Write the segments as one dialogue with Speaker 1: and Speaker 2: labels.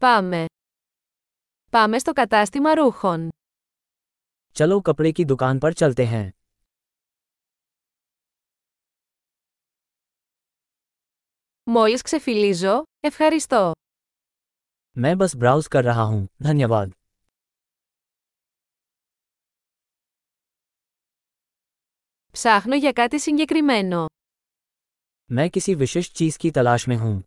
Speaker 1: Πάμε. Πάμε στο κατάστημα ρούχων.
Speaker 2: चलो कपड़े की दुकान पर चलते हैं
Speaker 1: Μόλις ξεφυλίζω, ευχαριστώ.
Speaker 2: मैं बस ब्राउज कर रहा हूँ धन्यवाद
Speaker 1: Ψάχνω για κάτι συγκεκριμένο.
Speaker 2: मैं किसी विशिष्ट चीज़ की तलाश में हूँ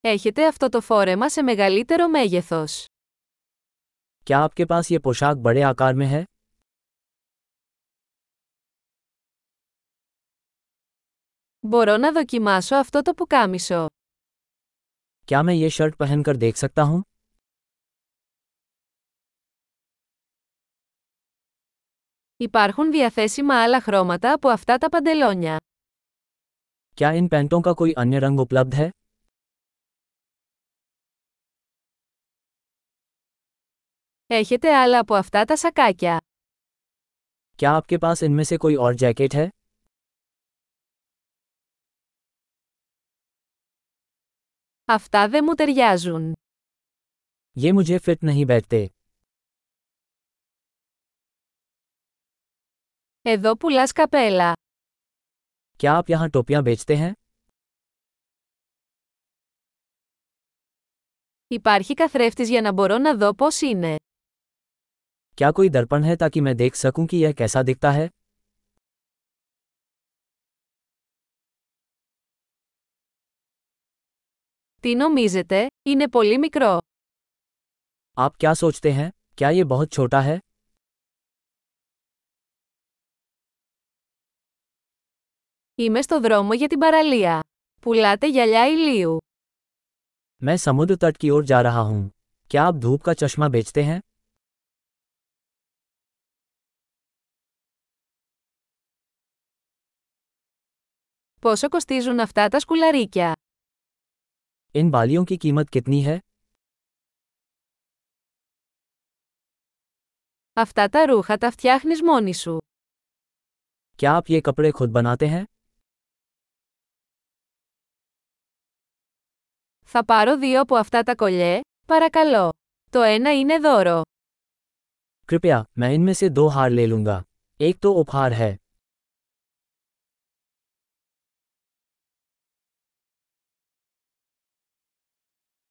Speaker 1: Έχετε αυτό το φόρεμα σε μεγαλύτερο μέγεθος.
Speaker 2: क्या आपके पास ये पोशाक बड़े आकार में है
Speaker 1: Μπορώ να δοκιμάσω αυτό το πουκάμισο.
Speaker 2: क्या मैं ये शर्ट पहनकर देख सकता हूँ
Speaker 1: Υπάρχουν διαθέσιμα άλλα χρώματα από αυτά τα παντελόνια.
Speaker 2: क्या इन पैंटों का कोई अन्य रंग उपलब्ध है
Speaker 1: Έχετε άλλα από αυτά τα σακάκια.
Speaker 2: क्या आपके पास इनमें से कोई और जैकेट है
Speaker 1: Αυτά δεν μου ταιριάζουν.
Speaker 2: ये मुझे फिट नहीं बैठते
Speaker 1: Εδώ πουλάς καπέλα.
Speaker 2: क्या आप यहाँ टोपियाँ बेचते हैं
Speaker 1: Υπάρχει καθρέφτης για να μπορώ να δω πώς είναι.
Speaker 2: क्या कोई दर्पण है ताकि मैं देख सकूं कि यह कैसा दिखता है
Speaker 1: Τι νομίζετε, είναι πολύ μικρό.
Speaker 2: आप क्या सोचते हैं क्या ये बहुत छोटा है
Speaker 1: Είμαι στο δρόμο για την παραλία. Πουλάτε γυαλιά ηλίου.
Speaker 2: मैं समुद्र तट की ओर जा रहा हूँ क्या आप धूप का चश्मा बेचते हैं
Speaker 1: Πόσο κοστίζουν αυτά τα σκουλαρίκια.
Speaker 2: इन बालियों की कीमत कितनी है
Speaker 1: Αυτά τα ρούχα τα φτιάχνεις μόνη σου.
Speaker 2: क्या आप ये कपड़े खुद बनाते हैं
Speaker 1: Θα πάρω δύο από αυτά τα κολλιέ, παρακαλώ. Το ένα είναι δώρο.
Speaker 2: कृपया मैं इनमें से दो हार ले लूंगा एक तो उपहार है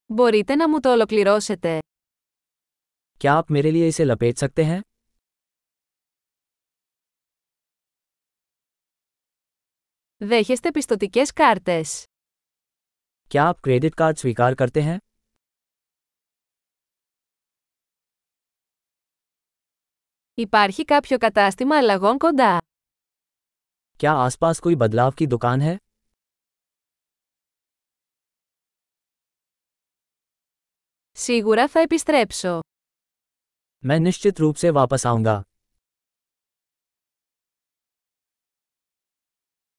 Speaker 1: Μπορείτε να μου το ολοκληρώσετε.
Speaker 2: क्या आप मेरे लिए इसे लपेट सकते हैं
Speaker 1: Δέχεστε πιστοτικές κάρτες.
Speaker 2: क्या आप क्रेडिट कार्ड स्वीकार करते हैं
Speaker 1: Υπάρχει κάποιο κατάστημα αλλαγών κοντά.
Speaker 2: क्या आसपास कोई बदलाव की दुकान है
Speaker 1: Σίγουρα θα επιστρέψω.
Speaker 2: मैं निश्चित रूप से वापस आऊंगा